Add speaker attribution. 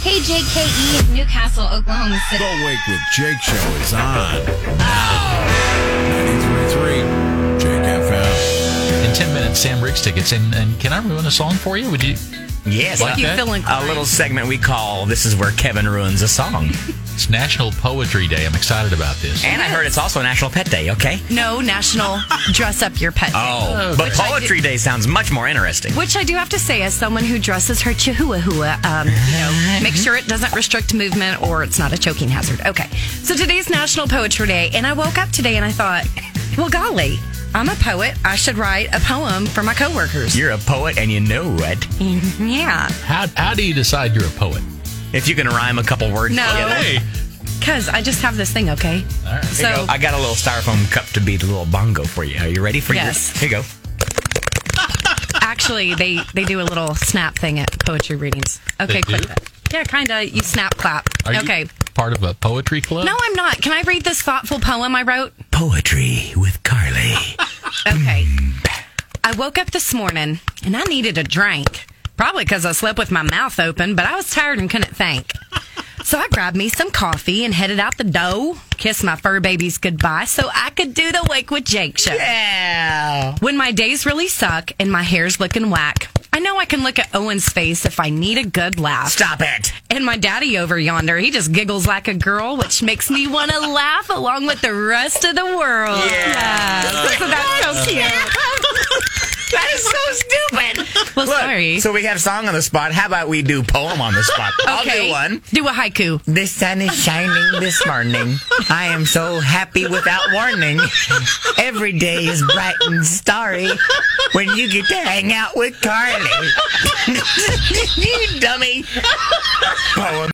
Speaker 1: KJKE E, Newcastle, Oklahoma City.
Speaker 2: The Wake with Jake show is on. 93.3 Jake FM.
Speaker 3: In 10 minutes, Sam Riggs tickets. And, and can I ruin a song for you? Would you?
Speaker 4: Yes,
Speaker 3: Like
Speaker 4: a,
Speaker 3: you feel
Speaker 4: a little segment we call "This is where Kevin ruins a song."
Speaker 3: It's National Poetry Day. I'm excited about this.
Speaker 4: And I heard it's also National Pet Day. Okay.
Speaker 5: No, National Dress Up Your Pet. Day.
Speaker 4: Oh, but Poetry Day sounds much more interesting.
Speaker 5: Which I do have to say, as someone who dresses her chihuahua, hua, um, you know, make sure it doesn't restrict movement or it's not a choking hazard. Okay, so today's National Poetry Day, and I woke up today and I thought, well, golly, I'm a poet. I should write a poem for my coworkers.
Speaker 4: You're a poet, and you know it.
Speaker 5: yeah,
Speaker 3: How, how do you decide you're a poet?
Speaker 4: If you can rhyme a couple words
Speaker 5: No.
Speaker 4: together.
Speaker 3: Hey,
Speaker 5: because I just have this thing. Okay,
Speaker 3: All right.
Speaker 4: Here you go.
Speaker 5: so
Speaker 4: I got a little styrofoam cup to beat a little bongo for you. Are you ready for
Speaker 5: Yes.
Speaker 4: yours? Here you go.
Speaker 5: actually, they they do a little snap thing at poetry readings. Okay,
Speaker 3: do?
Speaker 5: click that. Yeah, kind of. You snap clap.
Speaker 3: are you
Speaker 5: okay.
Speaker 3: part of a poetry club?
Speaker 5: No, I'm not. Can I read this thoughtful poem I wrote?
Speaker 4: Poetry with Carly.
Speaker 5: Okay. I woke up this morning and I needed a drink. Probably because I slept with my mouth open, but I was tired and couldn't think. So I grabbed me some coffee and headed out the door, kissed my fur babies goodbye so I could do the Wake with Jake show.
Speaker 4: Yeah.
Speaker 5: When my days really suck and my hair's looking whack, I know I can look at Owen's face if I need a good laugh.
Speaker 4: Stop it.
Speaker 5: And my daddy over yonder, he just giggles like a girl, which makes me want to laugh along with the rest of the world. Yes. So that's so cute.
Speaker 4: That is so stupid.
Speaker 5: Well,
Speaker 4: Look,
Speaker 5: sorry.
Speaker 4: So we have song on the spot. How about we do poem on the spot? I'll do one.
Speaker 5: Do a haiku.
Speaker 4: The sun is shining this morning. I am so happy without warning. Every day is bright and starry when you get to hang out with Carly. you dummy. Poem.